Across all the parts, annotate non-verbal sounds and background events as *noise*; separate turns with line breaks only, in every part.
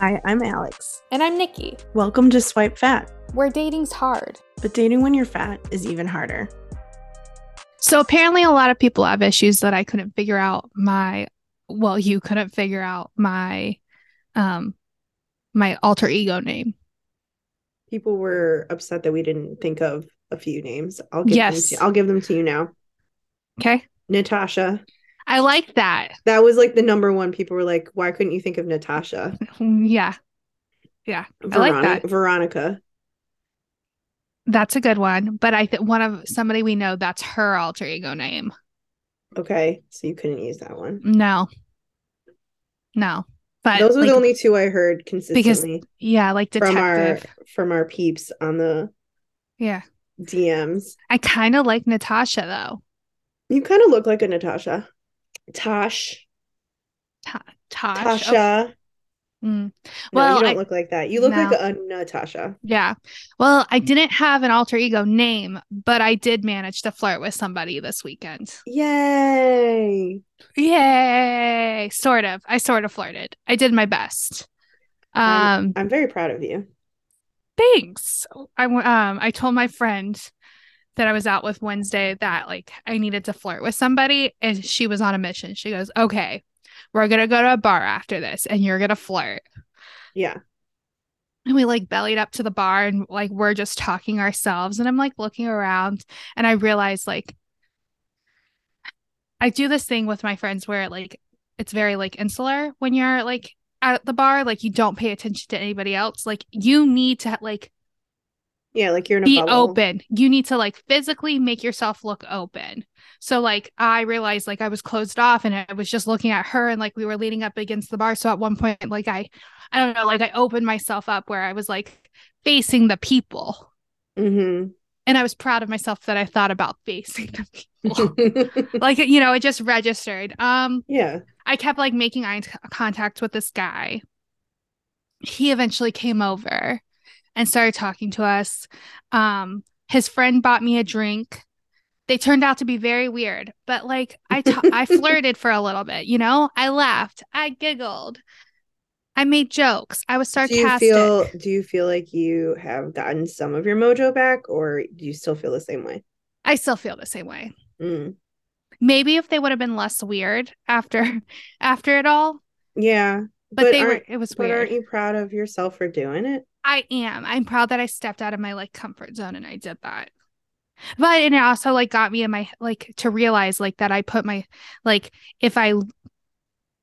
Hi, I'm Alex.
And I'm Nikki.
Welcome to Swipe Fat,
Where dating's hard.
but dating when you're fat is even harder.
So apparently, a lot of people have issues that I couldn't figure out. My, well, you couldn't figure out my, um, my alter ego name.
People were upset that we didn't think of a few names. I'll give
Yes.
them to, I'll give them to you now.
Okay,
Natasha.
I like that.
That was like the number one. People were like, "Why couldn't you think of Natasha?"
Yeah, I like that.
Veronica.
that's a good one. But I think one of somebody we know that's her alter ego name.
Okay, so you couldn't use that one.
No, no. But
Those were
like,
the only two I heard consistently
yeah, like
from
detective.
our from our peeps on the
Yeah,
DMs.
I kind of like Natasha though.
You kind of look like a Natasha. Tosh,
Ta- Tosh.
Tasha.
Oh, mm.
No,
Well,
you don't
I-
look like that. You look
No.
like a Natasha.
Yeah. Well, I didn't have an alter ego name, but I did manage to flirt with somebody this weekend.
Yay.
Yay! Sort of. I sort of flirted. I did my best. Um,
I'm very proud of you.
thanks. I w- um I told my friend that I was out with Wednesday that like I needed to flirt with somebody and she was on a mission. She goes, "Okay, we're going to go to a bar after this and you're going to flirt."
Yeah.
And we like bellied up to the bar and like we're just talking ourselves. And I'm like looking around and I realized like I do this thing with my friends where like it's very like insular when you're like at the bar, like you don't pay attention to anybody else. Like you need to like
Yeah, like you're in a
be
bubble.
open. You need to like physically make yourself look open. So like I realized like I was closed off and I was just looking at her and like we were leaning up against the bar. So at one point like I I don't know, like I opened myself up where I was like facing the people.
Mm-hmm.
And I was proud of myself that I thought about facing the *laughs* people. like you know, it just registered. Um
Mm-hmm. *laughs* yeah.
I kept like making eye t- contact with this guy. He eventually came over and started talking to us. Um, his friend bought me a drink. They turned out to be very weird, but like I ta-
*laughs*
I flirted for a little bit, you know? I laughed, I giggled. I made jokes. I was
Do you
sarcastic.
feel do you feel like you have gotten some of your mojo back or do you still feel the same way?
I still feel the same way.
Mm.
Maybe if they would have been less weird after *laughs* after it all,
Yeah.
but,
But
they were
aren't-
it was
But
weird.
aren't you proud of yourself for doing it?
I am. I'm proud that I stepped out of my like comfort zone and I did that. But and it also like got me in my like to realize like that I put my like if I l-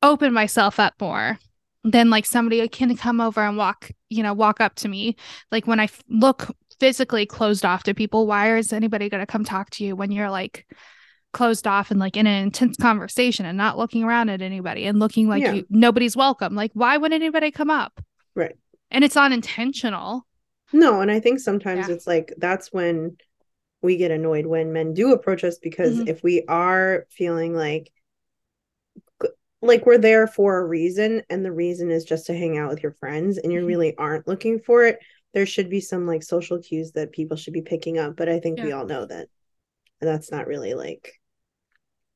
open myself up more, then like somebody can come over and walk, you know, walk up to me. Like when I f- look physically closed off to people, why is anybody going to come talk to you when you're like closed off and like in an intense conversation and not looking around at anybody and looking like
Yeah.
you, nobody's welcome? Like why would anybody come up?
Right.
And it's not intentional.
No, and I think sometimes
Yeah.
it's like that's when we get annoyed when men do approach us because
Mhm.
if we are feeling like like we're there for a reason and the reason is just to hang out with your friends and you
Mhm.
really aren't looking for it, there should be some like social cues that people should be picking up, but I think we
Yeah.
all know that that's not really like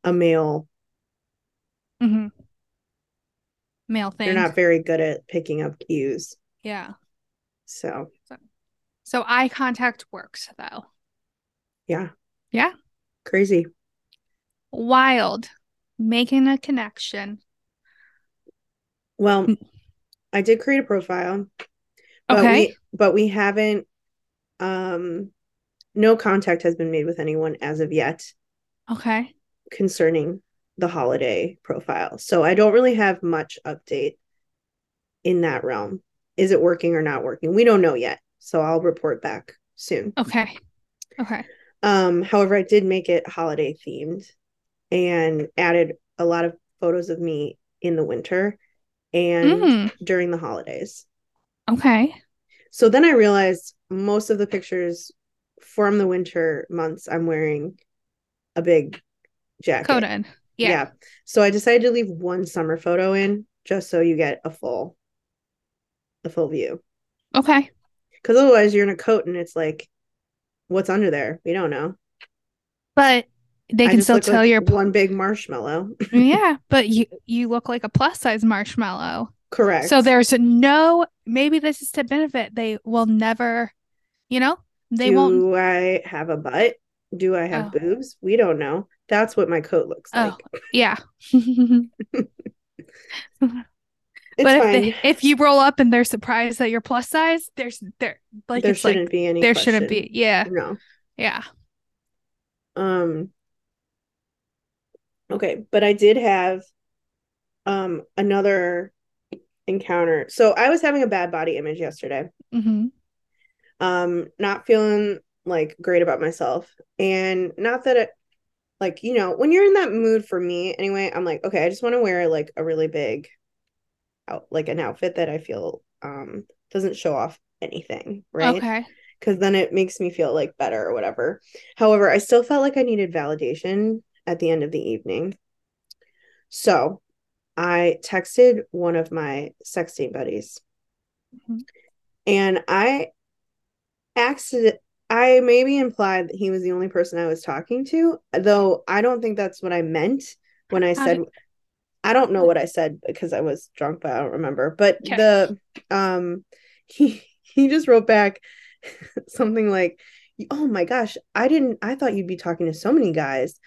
a male.
Mm-hmm. Male thing.
They're not very good at picking up cues.
yeah.
So,
So eye contact works though.
crazy.
Wild. Making a connection.
Well,
Mm.
I did create a profile. But
Okay.
we but we haven't um no contact has been made with anyone as of yet
okay.
concerning the holiday profile. So I don't really have much update in that realm. Is it working or not working? We don't know yet. So I'll report back soon.
Okay. Okay.
Um however I did make it holiday themed and added a lot of photos of me in the winter and
Mm,
during the holidays.
okay.
So then I realized most of the pictures from the winter months, I'm wearing a big jacket.
Coden. Yeah.
So I decided to leave one summer photo in just so you get a full, a full view.
Okay.
Because otherwise you're in a coat and it's like, what's under there? We don't know.
But they
I
can
just
still
look
tell
like
your
one big marshmallow. *laughs*
yeah, but you you look like a plus size marshmallow.
Correct.
So there's no maybe this is to benefit. They will never, you know, they
Do
won't.
I have a butt? Do I have
Oh.
boobs? We don't know. That's what my coat looks
Oh,
like.
Yeah. *laughs* but
It's
if
fine.
they, if you roll up and they're surprised that you're plus size, there's there like
there
it's like
shouldn't be any.
there shouldn't
question.
be. Yeah.
No.
Yeah.
Um. Okay, but I did have um another encounter. So I was having a bad body image yesterday.
hmm
um not feeling like great about myself and not that it like you know when you're in that mood for me anyway i'm like okay i just want to wear like a really big out like an outfit that i feel um doesn't show off anything right
Okay.
because then it makes me feel like better or whatever. However, I still felt like I needed validation at the end of the evening. So I texted one of my sexting buddies
Mhm.
and I accident I maybe implied that he was the only person I was talking to, though I don't think that's what I meant when I
How
said I don't know what I said because I was drunk, but I don't remember. But
Okay.
the um *laughs* he he just wrote back *laughs* something like, "Oh my gosh, I didn't I thought you'd be talking to so many guys.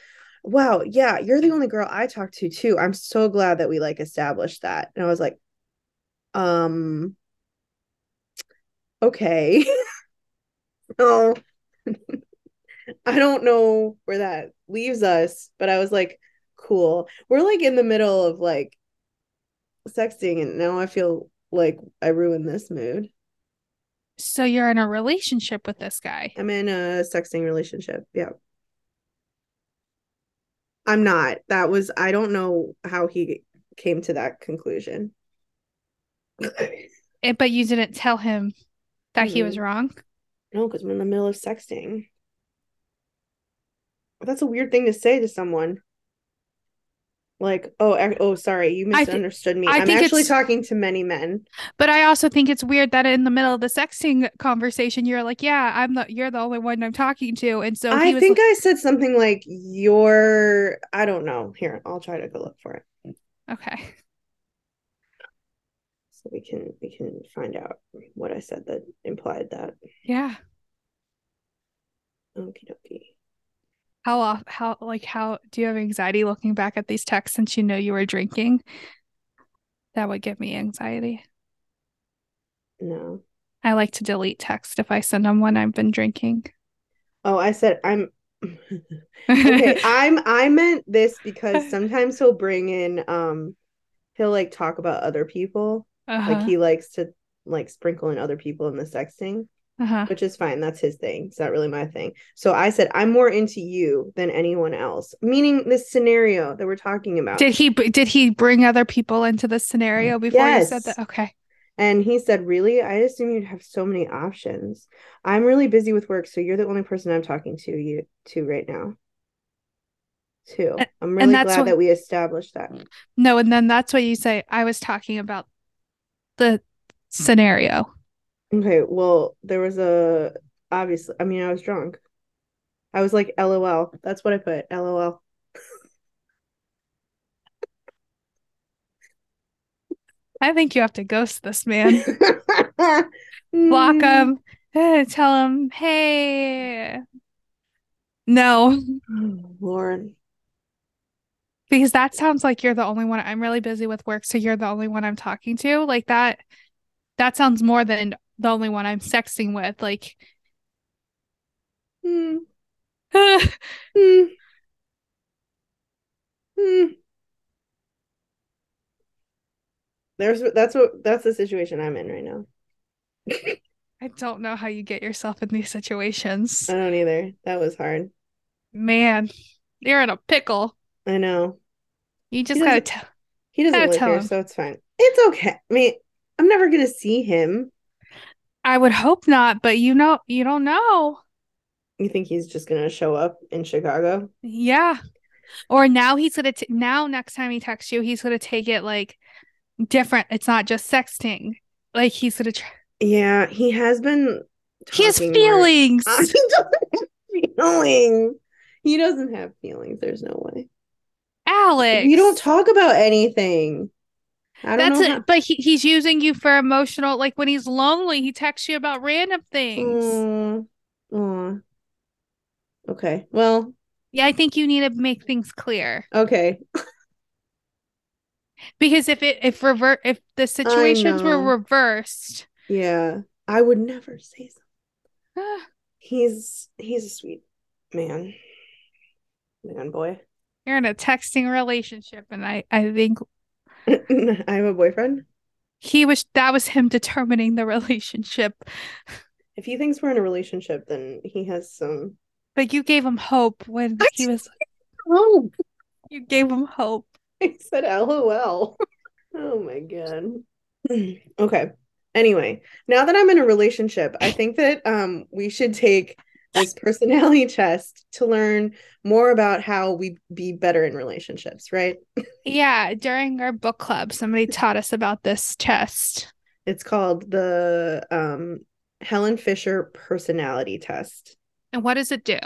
Wow, yeah, you're the only girl I talked to too. I'm so glad that we like established that." And I was like, "Um okay. *laughs* no. *laughs* I don't know where that leaves us, but I was like, cool. We're like in the middle of like sexting, and now I feel like I ruined this mood.
So you're in a relationship with this guy.
I'm in a sexting relationship. Yeah. I'm not. That was, I don't know how he came to that
*coughs*
conclusion.
Eh, but you didn't tell him that he
Mm-hmm.
was wrong.
No, because I'm in the middle of sexting. That's a weird thing to say to someone. Like, oh, ac- oh, sorry, you
I thi-
misunderstood me.
I
I'm
think
actually
it's-
talking to many men.
But I also think it's weird that in the middle of the sexting conversation, you're like, "Yeah, I'm the you're the only one I'm talking to," and so he
I
was
think I said something like, "Your," I don't know. Here, I'll try to go look for it
like, "Okay, *laughs*
so we can we can find out what I said that implied that.
yeah."
Okie dokie.
How off? How like how do you have anxiety looking back at these texts since you know you were drinking? That would give me anxiety.
No.
I like to delete text if I send them when I've been drinking.
Oh, I said I'm. *laughs*
*laughs*
okay i'm i meant this because sometimes he'll bring in um he'll like talk about other people like
Uh-huh,
he likes to like sprinkle in other people in the sexting
uh-huh.
which is fine that's his thing it's not really my thing so i said i'm more into you than anyone else meaning this scenario that we're talking about
Did he b- did he bring other people into this scenario before you said
Mm, Yes.
that? Okay.
and he said really i assume you'd have so many options i'm really busy with work so you're the only person i'm talking to you to right now too
A-
i'm really
that's
glad
what-
that we established that
No, and then that's what you say. I was talking about the scenario.
Okay, well, there was a obviously, I mean, I was drunk. I was like, LOL. That's what I put, LOL.
I think you have to ghost this man.
*laughs*
Block
Mm.
him. *laughs* eh, Tell him, hey. No,
Mm. Lord.
because that sounds like you're the only one. I'm really busy with work, so you're the only one I'm talking to. Like that, that sounds more than the only one I'm sexting with. Like, *sighs*
Mm, mm, mm. There's that's what that's the situation I'm in right now.
I don't know how you get yourself in these situations.
I don't either. That was hard.
Man, you're in a pickle.
I know.
You just
He
gotta
doesn't-
tell.
He doesn't
Gotta
live
tell
here,
him.
so it's fine. It's okay. I mean, I'm never gonna see him.
I would hope not, but you know, you don't know.
You think he's just gonna show up in Chicago?
Yeah. Or now he's gonna t- now next time he texts you, he's gonna take it like different. It's not just sexting. Like he's gonna. Tr-
Yeah, he has been
he has
talking more- *laughs*
feelings.
Uh, he doesn't have feelings. He doesn't have feelings. There's no way.
Alex,
You don't talk about anything. I don't
That's
know
it.
how-
But he, he's using you for emotional. Like when he's lonely, he texts you about random things.
Aw, aw. Mm, Okay. Well,
Yeah, I think you need to make things clear
okay.
because if it if revert if the situations were
know.
reversed, *gasps*
Yeah. I would never say so. He's he's a sweet man. Man boy. *laughs*
you're in a texting relationship, and I I think
I have a boyfriend.
he was that was him determining the relationship.
If he thinks we're in a relationship, then he has some
But you gave him hope when
I
he was.
Oh,
You gave him hope.
*laughs* I said LOL. Oh my god. *sighs* Okay. Anyway, now that I'm in a relationship, I think that um we should take this personality *laughs* test to learn more about how we be better in relationships, right?
Yeah, during our book club, somebody taught us about this test.
It's called the um Helen Fisher personality test.
And what does it do?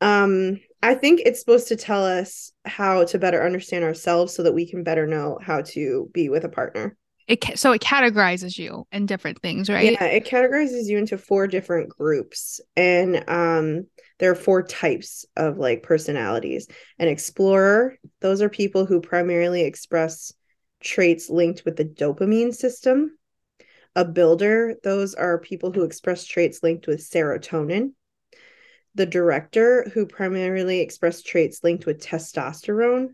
Um I think it's supposed to tell us how to better understand ourselves so that we can better know how to be with a partner.
It ca- so it categorizes you in different things, right?
Yeah, it categorizes you into four different groups, and um, there are four types of like personalities. An explorer, those are people who primarily express traits linked with the dopamine system. A builder, those are people who express traits linked with serotonin. The director, who primarily express traits linked with testosterone.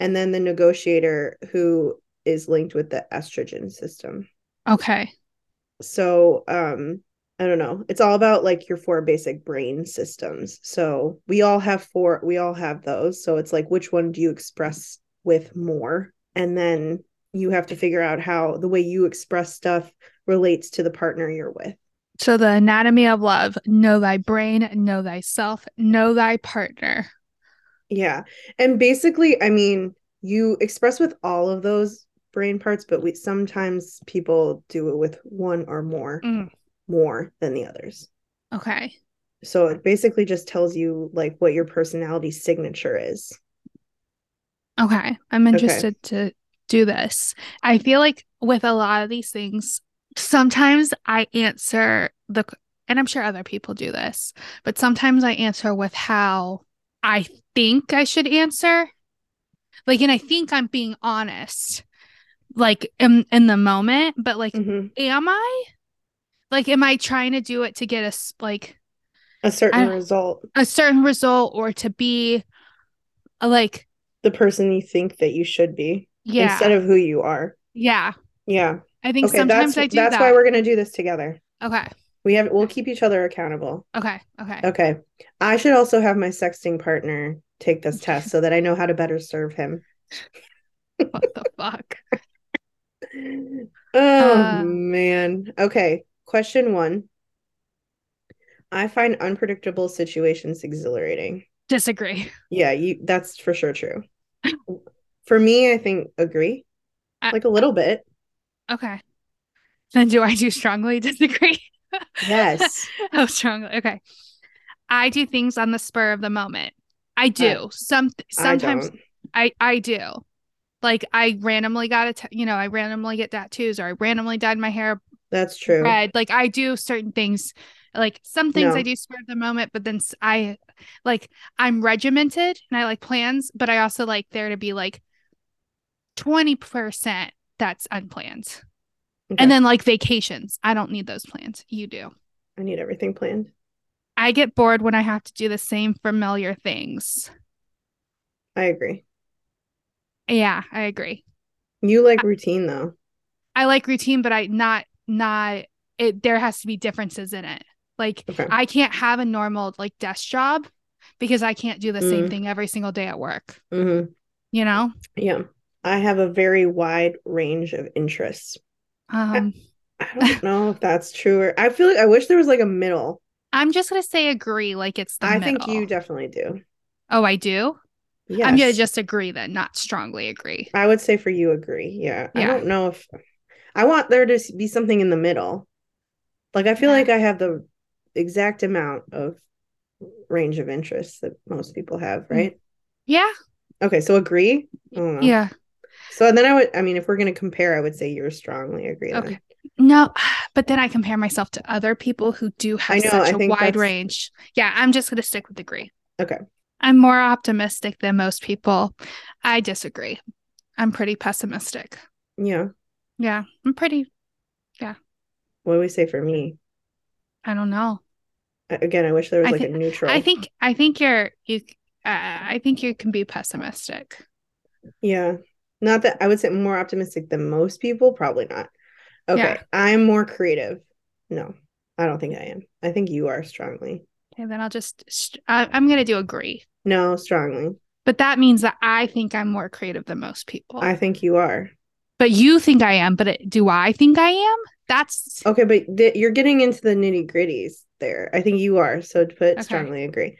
And then the negotiator, who is linked with the estrogen system
Okay.
so um i don't know it's all about like your four basic brain systems so we all have four we all have those so it's like which one do you express with more and then you have to figure out how the way you express stuff relates to the partner you're with
So the anatomy of love, know thy brain, know thyself, know thy partner.
yeah and basically i mean you express with all of those brain parts but we sometimes people do it with one or more
Mm.
more than the others
Okay.
So it basically just tells you like what your personality signature is.
Okay. I'm
Okay.
interested to do this. I feel like with a lot of these things, sometimes I answer the and I'm sure other people do this, but sometimes I answer with how I think I should answer. Like and I think I'm being honest like in in the moment, but like
Mhm.
am I? Like, am I trying to do it to get a s- like
A certain
I-
result,
a certain result or to be uh, like
the person you think that you should be
yeah
instead of who you are.
yeah?
Yeah.
I think
Okay.
sometimes
that's
I do
that's
that.
why we're gonna do this together.
okay,
We have we'll keep each other accountable.
okay, okay.
Okay. I should also have my sexting partner take this test so that I know how to better serve
*laughs*
him.
what the fuck?
Oh
Uh.
man. Okay. Question one. I find unpredictable situations exhilarating.
Disagree.
Yeah, you that's for sure true. For me, I think agree.
I-
Like a little bit.
Okay. Then do I do strongly *laughs* disagree? *laughs*
Yes.
oh, strongly. Okay. I do things on the spur of the moment. I do. Some sometimes
I don't.
I I do. Like I randomly got a t- you know I randomly get tattoos or I randomly dyed my hair
That's true.
red. Like I do certain things. Like some things
No.
I do spur of the moment, but then s- I like I'm regimented and I like plans, but I also like there to be like twenty percent that's unplanned,
Okay.
and then like vacations. I don't need those plans. You do.
I need everything planned.
I get bored when I have to do the same familiar things.
I agree.
Yeah, I agree.
You like routine though.
I like routine, but I not not it there has to be differences in it. Like
Okay.
I can't have a normal like desk job because I can't do the same
Mm.
thing every single day at work.
hmm
You know?
Yeah. I have a very wide range of interests.
Um
I
*laughs*
don't know if that's true or I feel like I wish there was like a middle.
I'm just gonna say agree, like it's the
I think
middle.
you definitely do.
Oh, I do?
Yes.
I'm gonna just agree then, not strongly agree.
I would say for you agree. Yeah. I
Yeah.
don't know if I want there to be something in the middle. Like I feel
Yeah.
like I have the exact amount of range of
Mm.
interests that most people have, right?
Yeah,
Okay, so agree. I don't know.
yeah.
Uh-huh. So then I would, I mean, if we're going to compare, I would say you're strongly agree. then.
Okay. No, but then I compare myself to other people who do have
I know,
such
I
a
think
wide
that's-
range. Yeah, I'm just going to stick with agree.
Okay.
I'm more optimistic than most people. I disagree. I'm pretty pessimistic.
Yeah.
Yeah, I'm pretty,
What do we say for me?
I don't know.
I- Again, I wish there was
I
like
think-
a neutral.
I think, I think you're, you, uh, I think you can be pessimistic.
Yeah. Not that I would say more optimistic than most people, probably not. Okay.
Yeah.
I'm more creative. No, I don't think I am. I think you are strongly.
Okay, then I'll just, st- I, I'm going to do agree.
No, strongly.
But that means that I think I'm more creative than most people.
I think you are.
but you think I am, but it, do I think I am? That's
Okay, but th- you're getting into the nitty gritties there. I think you are. So to put
Okay.
strongly agree.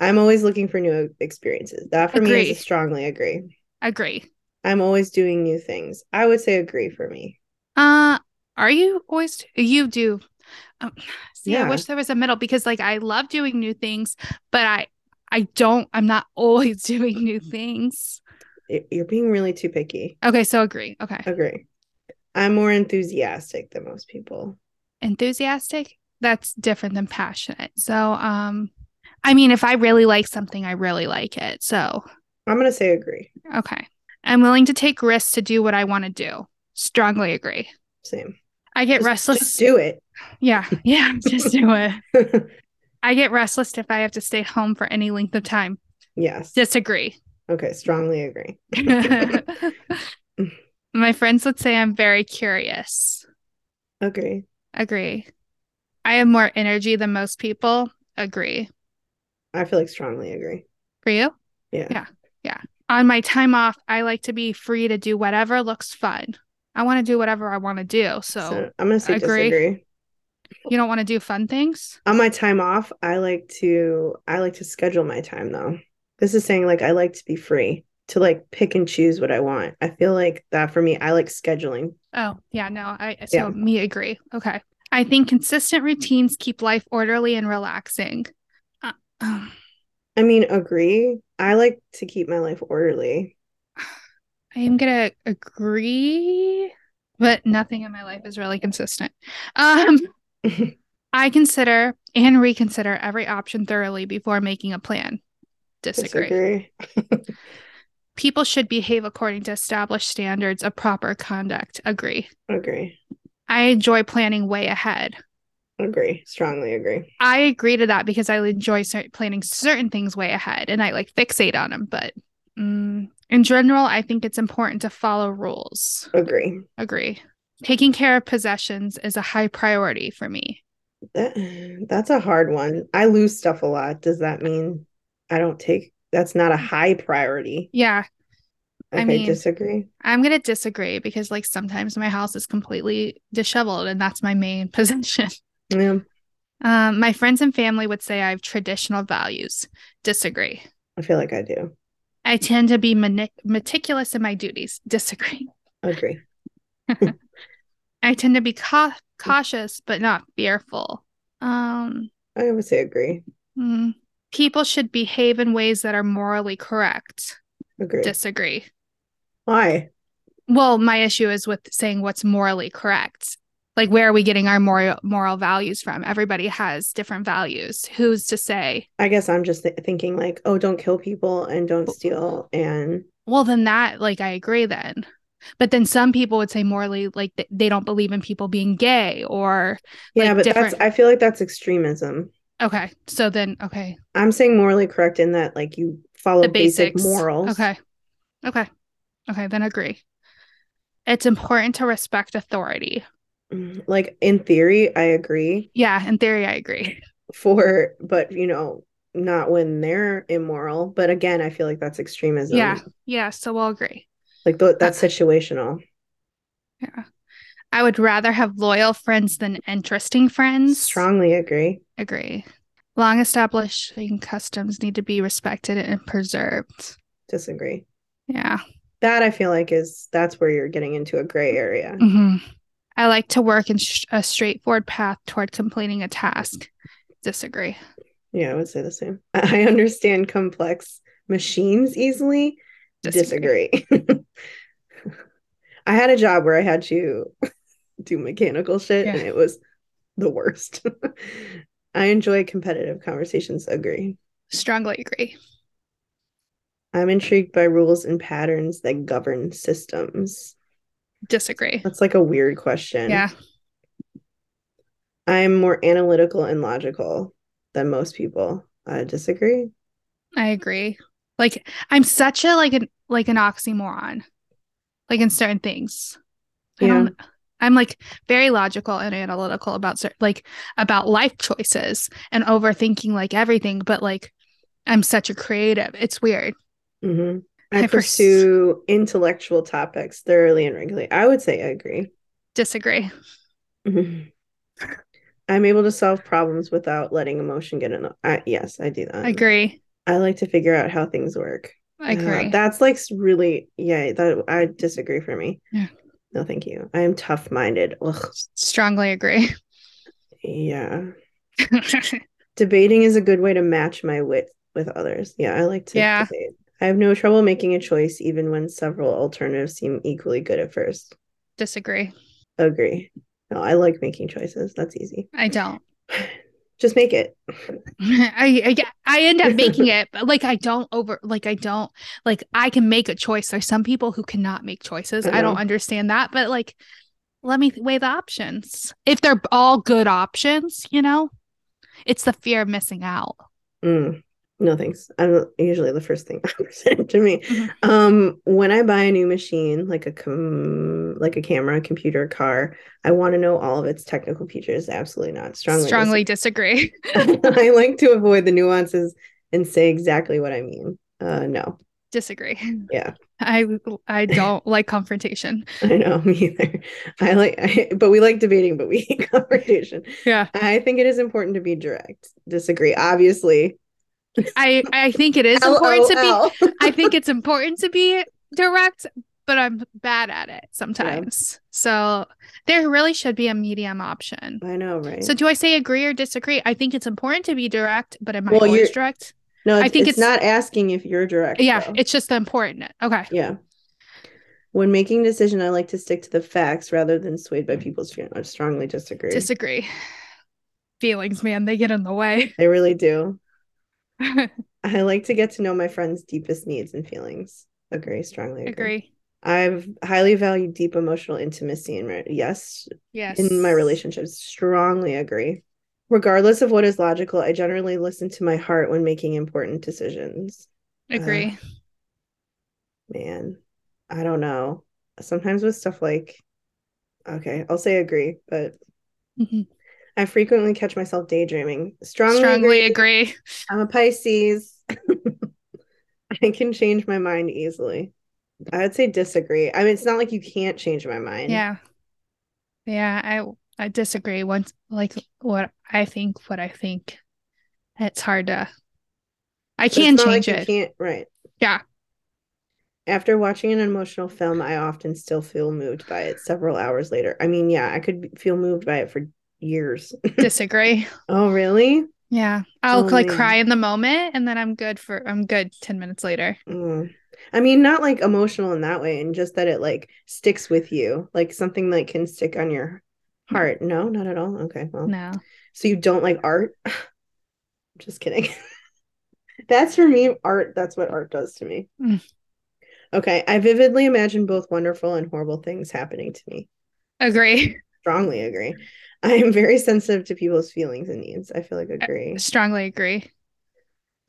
I'm always looking for new experiences. That for me
Agree.
is a strongly agree.
agree.
I'm always doing new things. I would say agree for me.
Uh, are you always t- you do? Um, see,
Yeah.
I wish there was a middle because like I love doing new things, but I I don't I'm not *laughs* always doing new things.
Y- You're being really too picky.
Okay, so agree. Okay.
Agree. I'm more enthusiastic than most people.
Enthusiastic, that's different than passionate. So, um I mean, if I really like something, I really like it. So,
I'm going to say agree.
okay. I'm willing to take risks to do what I want to do. Strongly agree.
Same.
I get
Just-
restless.
Just do it. *laughs*
yeah, yeah, just do it. I get restless if I have to stay home for any length of time.
yes.
Disagree.
*laughs* okay. Strongly
*laughs*
agree. *laughs*
My friends would say I'm very curious.
Agree.
Agree. I have more energy than most people. Agree.
I feel like strongly agree.
For you?
Yeah.
Yeah. On my time off, I like to be free to do whatever looks fun. I want to do whatever I want to do. So,
I'm going to say
agree.
disagree.
you don't want to do fun things?
On my time off, I like to I like to schedule my time though. This is saying like I like to be free to like pick and choose what I want. I feel like that for me, I like scheduling.
Oh, yeah, no. I so
Yeah.
me agree. Okay. I think consistent routines keep life orderly and relaxing. Uh, um,
I mean, agree. I like to keep my life orderly.
I am gonna agree, but nothing in my life is really consistent. Um, I consider and reconsider every option thoroughly before making a plan. Disagree.
Disagree.
People should behave according to established standards of proper conduct. Agree.
Agree.
I enjoy planning way ahead.
Agree. Strongly agree.
I agree to that because I enjoy cer- planning certain things way ahead and I like fixate on them. But mm, in general, I think it's important to follow rules.
Agree.
Agree. Taking care of possessions is a high priority for me.
That *sighs* that's a hard one. I lose stuff a lot. Does that mean I don't take that's not a high priority?
Yeah,
Okay,
I mean-
disagree.
I'm going to disagree because, like, sometimes my house is completely disheveled and that's my main *laughs* possession.
Yeah.
Um, my friends and family would say I have traditional values. Disagree.
I feel like I do.
I tend to be manic- meticulous in my duties. *laughs* Disagree.
Agree.
I tend to be cau- cautious but not fearful. Um,
I would say agree.
mm. people should behave in ways that are morally correct.
Agree.
Disagree.
Why?
Well, my issue is with saying what's morally correct. Like, where are we getting our moral moral values from? Everybody has different values. Who's to say?
I guess I'm just th- thinking like, oh, don't kill people and don't steal and
Well, then that, like, I agree then. But then some people would say morally, like, th- they don't believe in people being gay or,
yeah,
Like
but that's
different-
I feel like that's extremism.
okay. So then, okay.
I'm saying morally correct in that like you follow
the
basic
basics.
morals.
Okay. Okay. Okay. Then agree. It's important to respect authority.
Mm, Like in theory, I agree.
Yeah. In theory, I agree.
for but you know not when they're immoral but again i feel like that's extremism
Yeah. Yeah. So we'll agree.
like th- that's situational
Yeah. I would rather have loyal friends than interesting friends.
strongly agree
Agree. Long establishing customs need to be respected and preserved.
disagree
Yeah.
that i feel like is that's where you're getting into a gray area
hmm I like to work in sh- a straightforward path toward completing a task. Disagree.
yeah i would say the same *laughs* i I understand complex machines easily disagree *laughs* I had a job where I had to *laughs* do mechanical shit
Yeah.
and it was the worst. *laughs* I enjoy competitive conversations, agree.
Strongly agree.
I'm intrigued by rules and patterns that govern systems.
Disagree.
That's like a weird question.
Yeah.
I'm more analytical and logical than most people. I disagree.
I agree. Like I'm such a like an like an oxymoron, like in certain things. I
Yeah.
don't- I'm like very logical and analytical about certain like about life choices and overthinking like everything, but like I'm such a creative. It's weird.
hmm
I
I
pers-
pursue intellectual topics thoroughly and regularly. I would say I agree.
Disagree.
Mhm. I'm able to solve problems without letting emotion get in. The- I, yes, I do that.
I agree.
I like to figure out how things work.
I
Uh,
agree.
that's like s- really, yeah, that I disagree for me.
Yeah.
No, thank you. I am tough minded. Ugh.
Strongly agree. *laughs*
Yeah. Debating is a good way to match my wit with others. Yeah, I like to
Yeah.
debate. I have no trouble making a choice even when several alternatives seem equally good at first.
Disagree.
Agree. No, I like making choices. That's easy.
I don't.
Just make it.
*laughs* I, I get- I end up making it, but like I don't over like I don't like I can make a choice. There's some people who cannot make choices.
I
I don't
know.
understand that, but like let me weigh the options. If they're all good options, you know, it's the fear of missing out.
Mm, no thanks. I'm usually the first thing *laughs* presented to me.
Mhm.
Um, when I buy a new machine, like a com like a camera, computer, car, I want to know all of its technical features. Absolutely not. Strongly.
Strongly, disagree. *laughs*
disagree. *laughs* I like to avoid the nuances and say exactly what I mean. Uh, no, *laughs*
disagree.
Yeah.
I I don't like confrontation.
I know me *laughs* either. I like, I, but we like debating, but we *laughs* hate confrontation.
Yeah.
I think it is important to be direct. Disagree, obviously.
I I think it is important to be
LOL.
I think it's important to be direct, but I'm bad at it sometimes. So there really should be a medium option.
*laughs* I know, right?
So do I say agree or disagree? I think it's important to be direct, but am I
Well,
always
you're-
direct?
No,
I
it's,
think
it's
it's-
not asking if you're direct.
Yeah,
though.
it's just the important. Okay.
yeah. When making decision, I like to stick to the facts rather than swayed by people's feelings. I strongly disagree.
Disagree. Feelings, man, they get in the way. *laughs*
I really do. I like to get to know my friends' deepest needs and feelings. Agree, strongly agree.
agree.
I've highly valued deep emotional intimacy in my yes
Yes.
in my relationships. Strongly agree. Regardless of what is logical, I generally listen to my heart when making important decisions.
Agree.
man i don't know sometimes with stuff like okay i'll say agree but
Mhm.
i frequently catch myself daydreaming strongly,
Strongly
agree.
agree.
i'm a pisces *laughs* i can change my mind easily i would say disagree i mean it's not like you can't change my mind
Yeah. Yeah, I I disagree. Once like what I think, what I think. It's hard to I
But it's
can
not like
change
you
it.
can't right
Yeah.
after watching an emotional film i often still feel moved by it several hours later i mean yeah i could be- feel moved by it for years *laughs*
disagree.
oh really
Yeah. I'll
Oh,
like
man.
cry in the moment and then I'm good for I'm good 10 minutes later.
Mm. I mean, not like emotional in that way, and just that it like sticks with you, like something that can stick on your
Mm-hmm.
heart. No, not at all. Okay, well,
No.
so you don't like art? *sighs* just kidding. *laughs* that's for me, art. That's what art does to me.
Mm.
Okay, I vividly imagine both wonderful and horrible things happening to me.
Agree. *laughs*
Strongly agree. *laughs* I am very sensitive to people's feelings and needs. I feel like agree.
Strongly agree.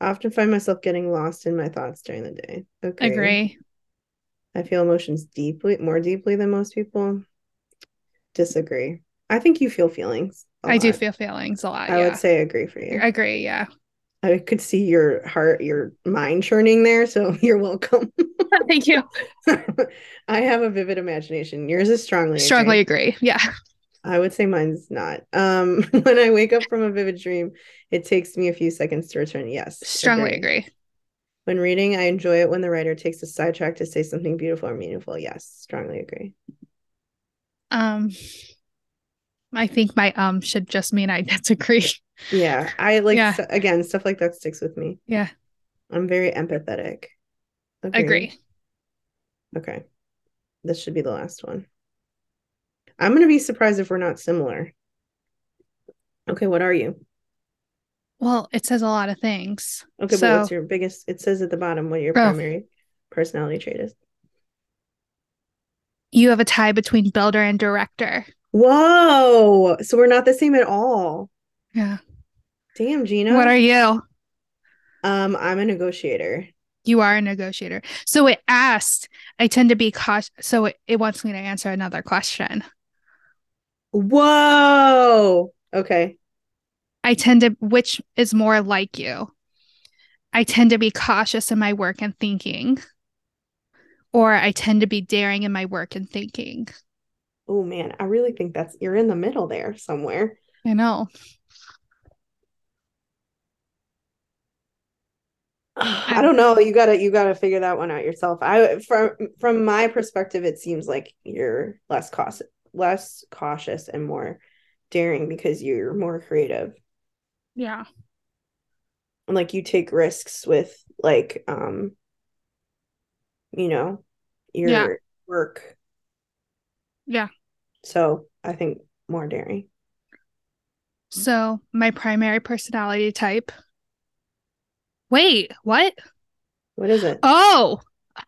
I often find myself getting lost in my thoughts during the day. Agree.
Agree.
I feel emotions deeply, more deeply than most people. Disagree. I think you feel feelings. a
I do
lot.
feel feelings a lot.
I
yeah.
would say agree for you. *laughs*
Agree, yeah.
I could see your heart, your mind churning there, so *laughs* you're welcome.
Thank you.
I have a vivid imagination. Yours is strongly. agree.
Strongly agree. Yeah.
I would say mine's not. Um, *laughs* when I wake up from a vivid dream, it takes me a few seconds to return. Yes,
Strongly agree.
When reading, I enjoy it when the writer takes a sidetrack to say something beautiful or meaningful. Yes, strongly agree.
Um I think my um should just mean I *laughs* disagree.
Yeah, I like
Yeah.
stu- again stuff like that sticks with me.
Yeah.
I'm very empathetic.
Agree.
Okay. this should be the last one. I'm gonna be surprised if we're not similar. Okay, what are you?
Well, it says a lot of things.
Okay,
so Oh.
but what's your biggest? It says at the bottom what your
Bro.
primary personality trait is.
you have a tie between builder and director.
Whoa! So we're not the same at all.
Yeah.
Damn, Gina.
What are you?
Um, I'm a negotiator.
You are a negotiator. So it asked, I tend to be cautious. So it, it wants me to answer another question.
Whoa. Okay.
I tend to, which is more like you? I tend to be cautious in my work and thinking, or I tend to be daring in my work and thinking.
Oh man, I really think that's you're in the middle there somewhere.
I know.
I don't know. You gotta you gotta figure that one out yourself. I from from my perspective, it seems like you're less cautious, less cautious, and more daring because you're more creative.
Yeah.
And, like you take risks with like um, you know, your
Yeah.
work.
Yeah.
So I think more daring.
So my primary personality type. Wait, what?
What is it?
Oh,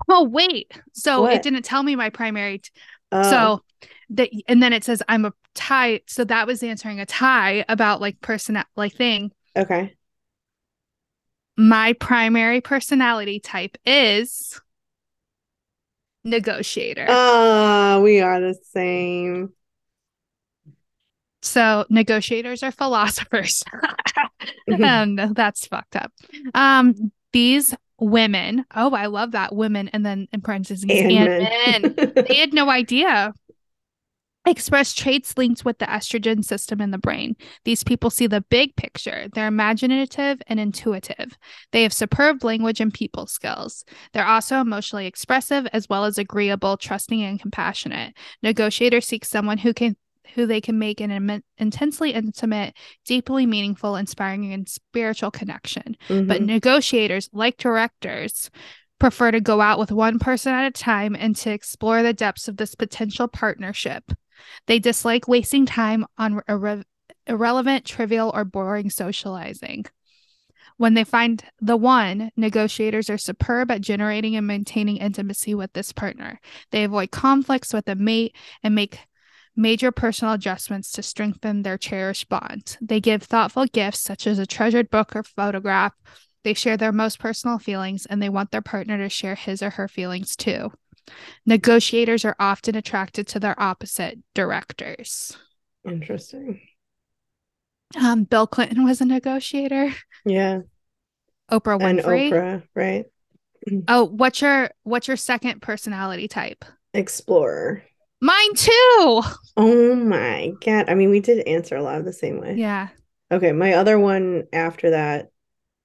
oh, wait. So
What?
it didn't tell me my primary. T-
Oh,
So that, and then it says I'm a tie. So that was answering a tie about like person, like thing.
okay.
My primary personality type is negotiator.
Ah, we are the same.
*laughs* so negotiators are philosophers.
Mm-hmm. *laughs*
um, no, that's fucked up. Um, these women. Oh, I love that women, and then in parentheses and, men. they had no idea. Express traits linked with the estrogen system in the brain. These people see the big picture. They're imaginative and intuitive. They have superb language and people skills. They're also emotionally expressive as well as agreeable, trusting, and compassionate. Negotiator seeks someone who can who they can make an imme- intensely intimate, deeply meaningful, inspiring, and spiritual connection but
Mhm.
negotiators, like directors, prefer to go out with one person at a time and to explore the depths of this potential partnership. They dislike wasting time on irre- irrelevant, trivial, or boring socializing. When they find the one, negotiators are superb at generating and maintaining intimacy with this partner. They avoid conflicts with a mate and make major personal adjustments to strengthen their cherished bond. They give thoughtful gifts such as a treasured book or photograph. They share their most personal feelings and they want their partner to share his or her feelings too. Negotiators are often attracted to their opposite directors.
Interesting.
Um, Bill Clinton was a negotiator.
Yeah.
Oprah
And
Winfrey.
Oprah, right?
Oh, what's your what's your second personality type?
Explorer.
Mine too.
Oh my God. I mean, we did answer a lot of the same way.
Yeah.
Okay. My other one after that.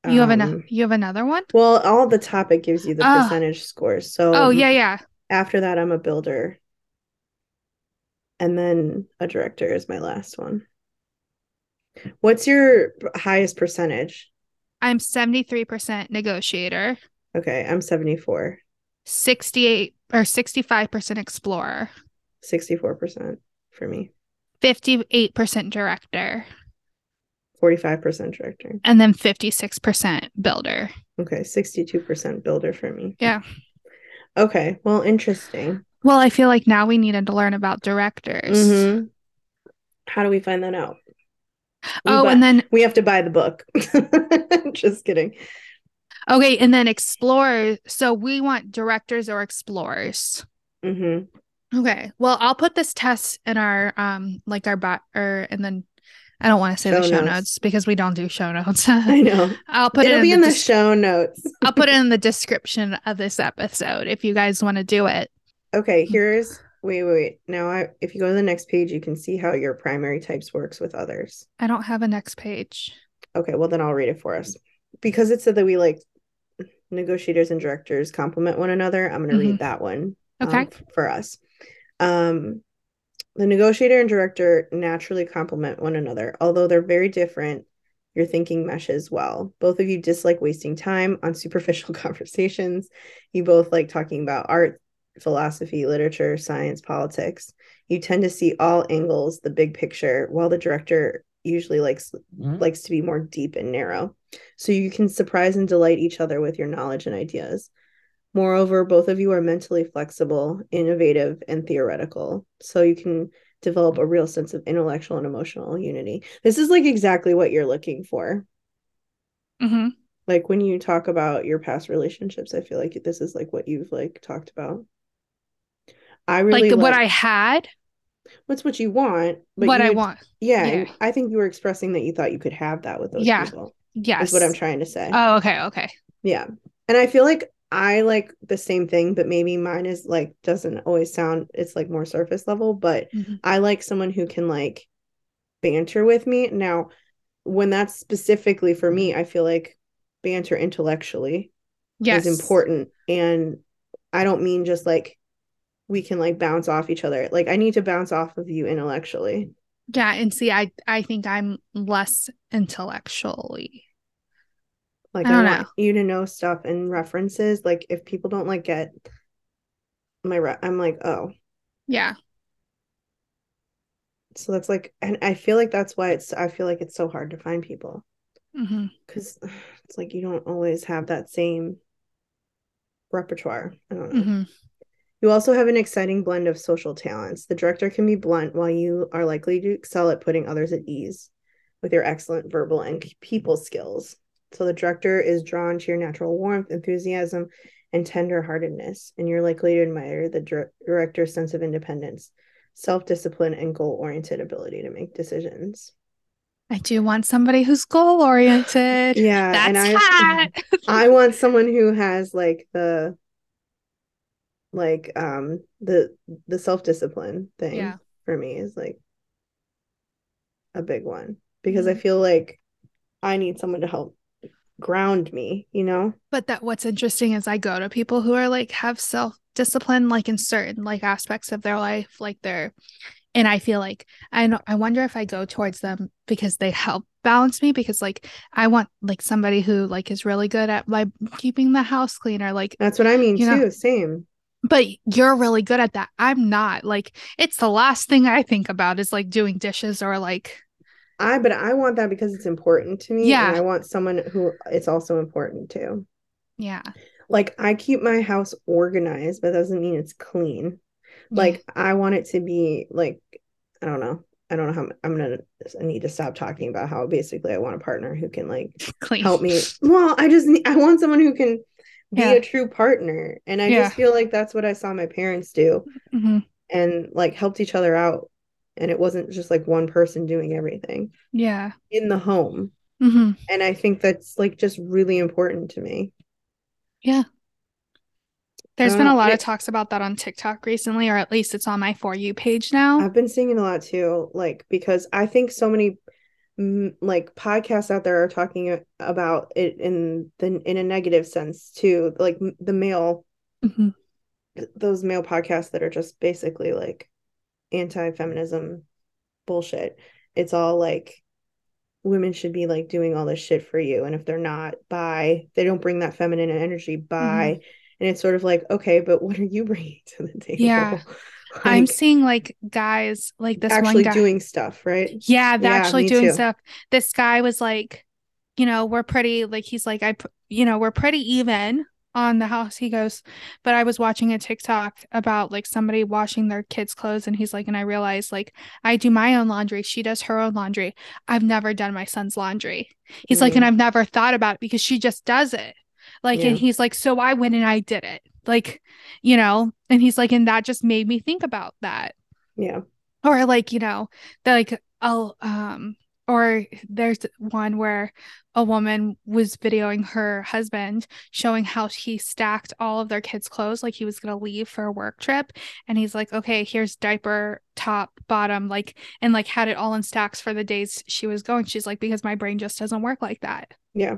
You have
um,
an you have another one?
Well, all the topic gives you the
Ah.
percentage scores. So
Oh, yeah, yeah.
after that, I'm a builder. And then a director is my last one. What's your highest percentage?
I'm 73% negotiator.
Okay, I'm 74,
68 or 65% explorer,
64% for me,
58% director,
45% director.
and then 56% builder.
Okay, 62% builder for me.
Yeah.
Okay, well, interesting.
Well, I feel like now we needed to learn about directors.
Mhm. How do we find that out? We
Oh,
bu-
and then
we have to buy the book. *laughs* Just kidding.
okay, and then explorers. So we want directors or explorers.
hmm
Okay. Well, I'll put this test in our um like our bot or and then I don't want to say the
Show
show
notes.
notes because we don't do
*laughs*
show notes. *laughs*
I know.
I'll put
It'll
it
be in the
des-
show notes. *laughs*
I'll put it in the description of this episode if you guys want to do it.
Okay, here's wait, wait, wait. Now, I, if you go to the next page, you can see how your primary types works with others.
I don't have a next page.
Okay, well then I'll read it for us because it said that we like negotiators and directors complement one another. I'm going to
Mm-hmm.
read that one. um,
Okay.
f- for us. Um, the negotiator and director naturally complement one another, although they're very different. Your thinking meshes well. Both of you *laughs* dislike wasting time on superficial conversations. You both like talking about art, philosophy, literature, science, politics, you tend to see all angles, the big picture, while the director usually likes likes to be more deep and narrow. So you can surprise and delight each other with your knowledge and ideas. Moreover, both of you are mentally flexible, innovative, and theoretical. So you can develop a real sense of intellectual and emotional unity. This is like exactly what you're looking for.
hmm
Like when you talk about your past relationships, I feel like this is like what you've like talked about. I really
like what
like-
I had,
what's what you want, but
what
you
I
would-
want.
Yeah,
yeah.
and I think you were expressing that you thought you could have that with those
Yeah.
people.
Yes.
Is what I'm trying to say.
oh, okay, okay.
Yeah. And I feel like I like the same thing, but maybe mine is like doesn't always sound it's like more surface level, but
Mhm.
I like someone who can like banter with me. Now, when that's specifically for me, I feel like banter intellectually
Yes.
is important and I don't mean just like we can like bounce off each other. Like I need to bounce off of you intellectually.
Yeah, and see, I I think I'm less intellectually.
Like
I
I,
don't
want
know.
you to know stuff and references. Like if people don't like get my re- I'm like, "Oh,
Yeah.
so that's like and i feel like that's why it's i feel like it's so hard to find people
hmm
because *sighs* it's like you don't always have that same repertoire i don't know
hmm
you also have an exciting blend of social talents the director can be blunt while you are likely to excel at putting others at ease with your excellent verbal and people skills so the director is drawn to your natural warmth enthusiasm and tenderheartedness and you're likely to admire the dir- director's sense of independence self-discipline and goal-oriented ability to make decisions
I do want somebody who's goal oriented.
Yeah,
That's
and I
hot.
*laughs* I want someone who has like the like um the the self-discipline thing
Yeah.
for me is like a big one because I
Mhm.
feel like I need someone to help ground me, you know?
But that what's interesting is I go to people who are like have self discipline like in certain like aspects of their life, like their and I feel like I know I wonder if I go towards them because they help balance me because like I want like somebody who like is really good at like keeping the house clean or like
That's what I mean
You
too,
know-
same.
but you're really good at that. I'm not. Like it's the last thing I think about is like doing dishes or like
I but I want that because it's important to me
Yeah.
and I want someone who it's also important to.
yeah.
Like I keep my house organized, but that doesn't mean it's clean.
Mm-hmm.
like i want it to be like i don't know i don't know how i'm gonna I need to stop talking about how basically i want a partner who can like
clean.
help
*laughs*
me well i just need i want someone who can be
Yeah.
a true partner and i just
Yeah.
feel like that's what i saw my parents do
Mhm.
and like helped each other out and it wasn't just like one person doing everything
Yeah.
in the home
hmm
and i think that's like just really important to me
There's
don't
been
know.
a lot of
It-
talks about that on TikTok recently, or at least it's on my for you page now.
I've been seeing it a lot too, like because I think so many mm, like podcasts out there are talking a- about it in the in a negative sense too, like m- the male
Mhm.
those male podcasts that are just basically like anti-feminism bullshit. It's all like women should be like doing all this shit for you, and if they're not, bye. They don't bring that feminine energy,
Mm-hmm.
bye. And it's sort of like, okay, but what are you bringing to the table? *laughs*
Yeah. I'm
Like,
seeing like guys like this one
actually
guy.
doing stuff, right?
Yeah, they're
Yeah,
actually
me
doing
too.
stuff. This guy was like, you know, we're pretty, like, he's like, I, pr- you know, we're pretty even on the house. He goes, but I was watching a TikTok about like somebody washing their kids' clothes. And he's like, and I realized like I do my own laundry. She does her own laundry. I've never done my son's laundry. He's like, and I've never thought about it because she just does it. Like,
Mm. Yeah.
and he's like, so I went and I did it. Like, you know, and he's like, and that just made me think about that
Yeah.
or like you know the like oh um or there's one where a woman was videoing her husband showing how he stacked all of their kids clothes like he was going to leave for a work trip and he's like okay here's diaper top bottom like and like had it all in stacks for the days she was going she's like because my brain just doesn't work like that
Yeah.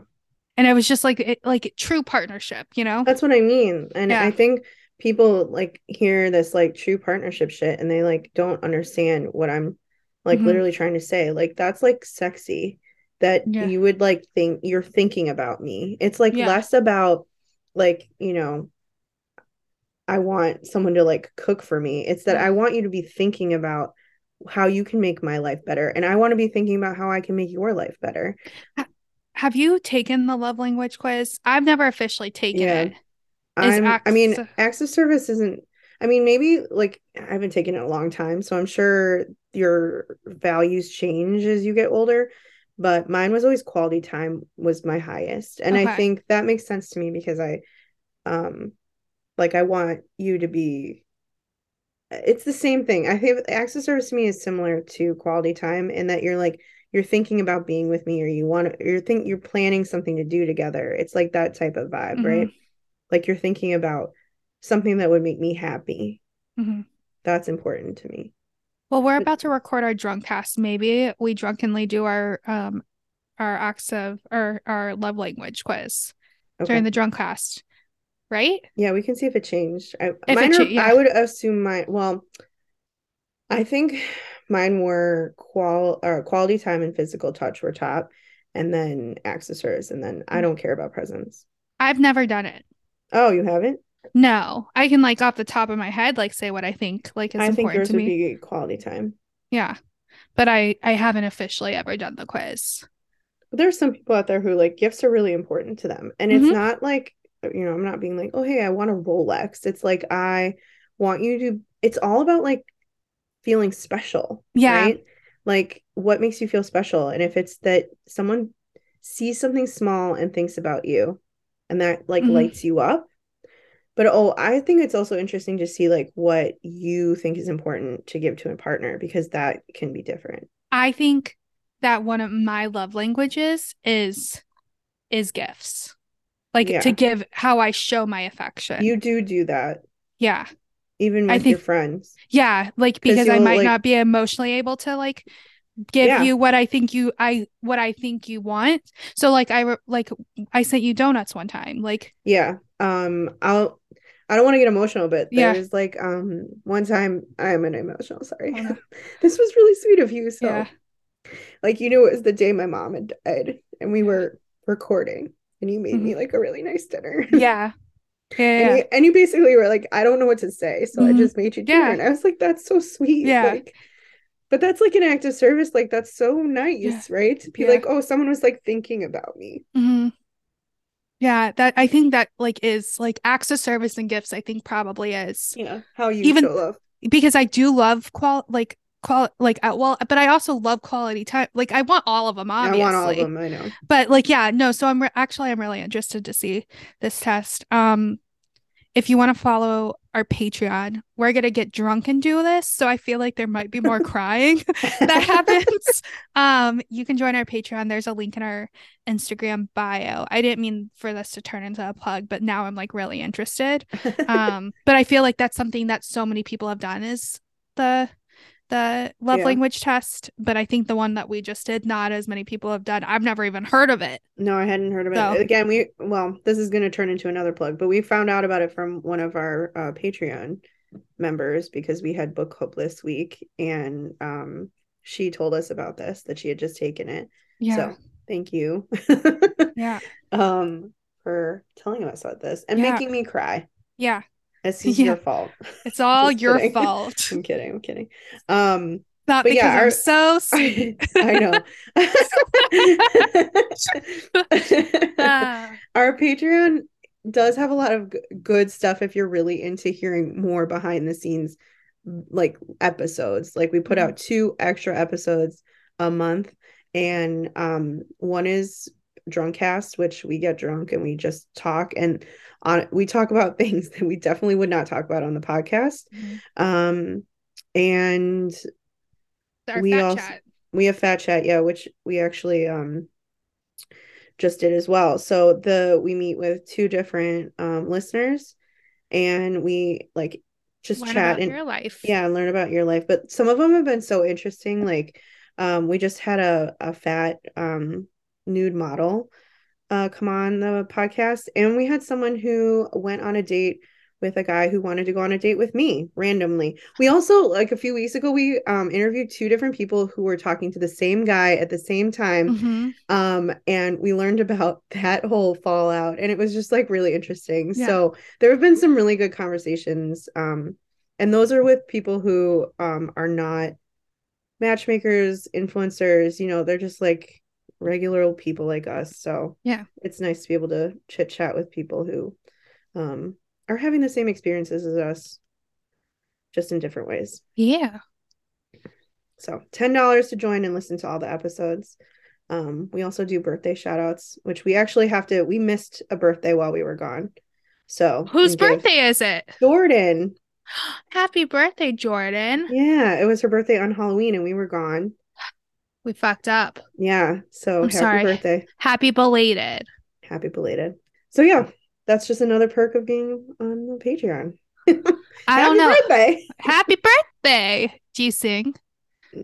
and it was just like it, like true partnership you know
That's what I mean. And
Yeah.
I think people like hear this like true partnership shit and they like don't understand what I'm like
Mhm.
literally trying to say. Like that's like sexy that
Yeah.
you would like think you're thinking about me. It's like
Yeah.
less about like, you know, I want someone to like cook for me. It's that I want you to be thinking about how you can make my life better. And I want to be thinking about how I can make your life better.
Have you taken the love language quiz? I've never officially taken
Yeah.
it. Is
I'm, I mean,
acts-
acts of service isn't, I mean, maybe like I haven't taken it in a long time. So I'm sure your values change as you get older. But mine was always quality time was my highest. And I
Okay.
think that makes sense to me because I, um, like I want you to be, it's the same thing. I think acts of service to me is similar to quality time in that you're like, you're thinking about being with me or you want to, you're think you're planning something to do together. It's like that type of vibe,
Mhm.
right? like you're thinking about something that would make me happy
Mhm.
that's important to me
Well, we're
But-
about to record our drunk cast. Maybe we drunkenly do our um our acts of or our love language quiz
okay
during the drunk cast, right?
yeah we can see if it changed i
it
mine are-
cha- yeah.
i would assume mine well i think mine were qual or quality time and physical touch were top and then accessors and then
Mm.
i don't care about presents
I've never done it.
oh you haven't
No, I can like off the top of my head like say what I think like is
i think
important
yours
to
would
me.
be quality time
Yeah. But I I haven't officially ever done the quiz.
But there's some people out there who like gifts are really important to them. And it's
Mhm.
not like, uh, you know, I'm not being like, oh, hey, I want a Rolex. It's like, I want you to, it's all about like feeling special.
Yeah.
Right. Like, what makes you feel special? And if it's that someone sees something small and thinks about you and that like
Mhm.
lights you up. But oh, I think it's also interesting to see like what you think is important to give to a partner because that can be different.
I think that one of my love languages is is gifts. Like
Yeah.
to give how I show my affection.
You do do that
yeah.
even
I
with your
think-
friends.
Yeah, like
'Cause
because I
you'll,
might
like-
not be emotionally able to like give
Yeah.
you what I think you I what I think you want. So like I re- like I sent you donuts one time.
*laughs*
Like
Yeah. Um, I'll I don't want to get emotional, but
Yeah.
there's like um one time I'm an emotional, sorry.
Oh, no.
*laughs* This was really sweet of you. So
Yeah.
like you know it was the day my mom had died and we were recording and you made me like a really nice dinner.
Mm-hmm. yeah. Yeah.
*laughs* And,
yeah.
you, and you basically were like, I don't know what to say, so I
Mhm.
just made you dinner.
Yeah.
And I was like, that's so sweet.
Yeah.
Like, but that's like an act of service. Like, that's so nice, right? To be
Yeah.
like, oh, someone was like thinking about me.
hmm Yeah, that I think that like is like acts of service and gifts, I think probably is.
Yeah. How you
Even-
show love.
Because I do love qual like qual like uh, well, but I also love quality time. Like I want all of them,
I
obviously.
want all of them, I know.
But like yeah, no, so I'm re- actually I'm really interested to see this test. Um if you want to follow our Patreon, we're gonna get drunk and do this. So I feel like there might be more crying. *laughs* *laughs* that happens um you can join our patreon there's a link in our instagram bio i didn't mean for this to turn into a plug but now i'm like really
*laughs*
interested um but i feel like that's something that so many people have done is the the love
Yeah.
language test but i think the one that we just did not as many people have done i've never even heard of it
No, I hadn't heard about
So-
it. Again, we well, this is going to turn into another plug, but we found out about it from one of our uh, Patreon members because we had book club this week, and um, she told us about this that she had just taken it. So thank you, *laughs*
yeah
um, for telling us about this and
Yeah.
making me cry.
yeah
This is
Yeah.
your fault. *laughs*
it's all
Just
your
kidding. *laughs*
fault
I'm kidding. I'm kidding. Um,
not
But
because
yeah,
i'm
our- *laughs*
so sweet
I, know.
Ah,
our patreon does have a lot of g- good stuff if you're really into hearing more behind the scenes like episodes like we put
Mhm.
out two extra episodes a month and um one is drunkcast which we get drunk and we just talk and on we talk about *laughs* things that we definitely would not talk about on the podcast
Mhm.
um and
our
we
fat
also-
chat
we have fat chat yeah which we actually um just did as well so the we meet with two different um listeners and we like just
learn
chat
about
and
your life
yeah learn about your life but some of them have been so interesting like um we just had a a fat um nude model uh come on the podcast and we had someone who went on a date with a guy who wanted to go on a date with me randomly. We also like a few weeks ago we um interviewed two different people who were talking to the same guy at the same time
hmm
um and we learned about *laughs* that whole fallout and it was just like really interesting.
Yeah.
So there have been some really good conversations um and those are with people who um are not matchmakers, influencers, you know, they're just like regular old people like us. So
Yeah.
it's nice to be able to chit chat with people who um are having the same experiences as us, just in different ways.
Yeah.
So ten dollars to join and listen to all the episodes. Um, we also do birthday shout outs, which we actually have to we missed a birthday while we were gone. So
Whose
we gave
birthday is it? *gasps*
Jordan.
Happy birthday, Jordan.
Yeah, it was her birthday on Halloween and we were gone.
We fucked up.
Yeah. So
I'm
happy
sorry.
birthday.
Happy belated.
happy belated. So yeah, that's just another perk of being on the Patreon.
I don't
*laughs*
know.
Happy birthday.
Happy birthday. Do you sing?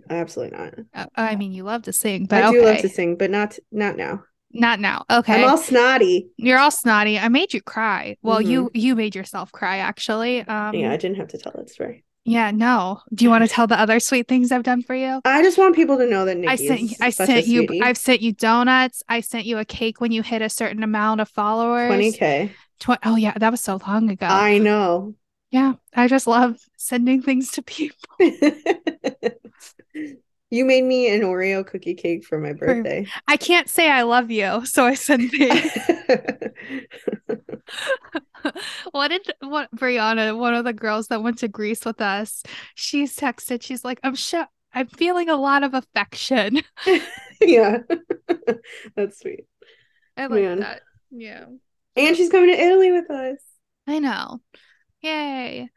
Absolutely not.
Uh, I mean, you love to sing, but
I do
okay.
love to sing, but not not now.
Not now. Okay.
I'm all snotty.
You're all snotty. I made you cry. Well, you you made yourself cry actually. Um
yeah, I didn't have to tell that story.
yeah, no. Do you want to tell the other sweet things I've done for you?
I just want people to know that Nikki
I sent
is
you, I
such
sent
a
you
sweetie.
I've sent you donuts. I sent you a cake when you hit a certain amount of followers.
20k.
Twen- oh yeah, that was so long ago.
I know. *laughs*
yeah, I just love sending things to people.
you made me an Oreo cookie cake for my
*laughs*
birthday.
I can't say I love you, so
*laughs*
I send things. what did what Brianna, one of the girls that went to Greece with us, she's texted. She's like, "I'm sure I'm feeling a lot of affection." *laughs*
yeah. *laughs* that's sweet.
I like
Man.
that. Yeah,
And she's coming to Italy with us.
I know. Yay.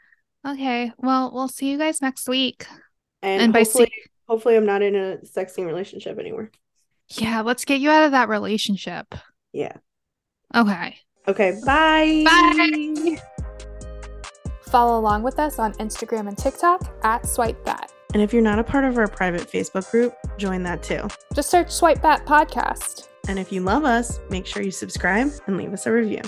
Okay. Well, we'll see you guys next week.
And,
And by
hopefully,
see-
hopefully, I'm not in a sexting relationship anymore.
Yeah, let's get you out of that relationship.
Yeah.
Okay.
Okay. Bye.
Bye.
Follow along with us on Instagram and TikTok at Swipe Bat.
And if you're not a part of our private Facebook group, join that too.
Just search Swipe Bat Podcast.
And if you love us, make sure you subscribe and leave us a review.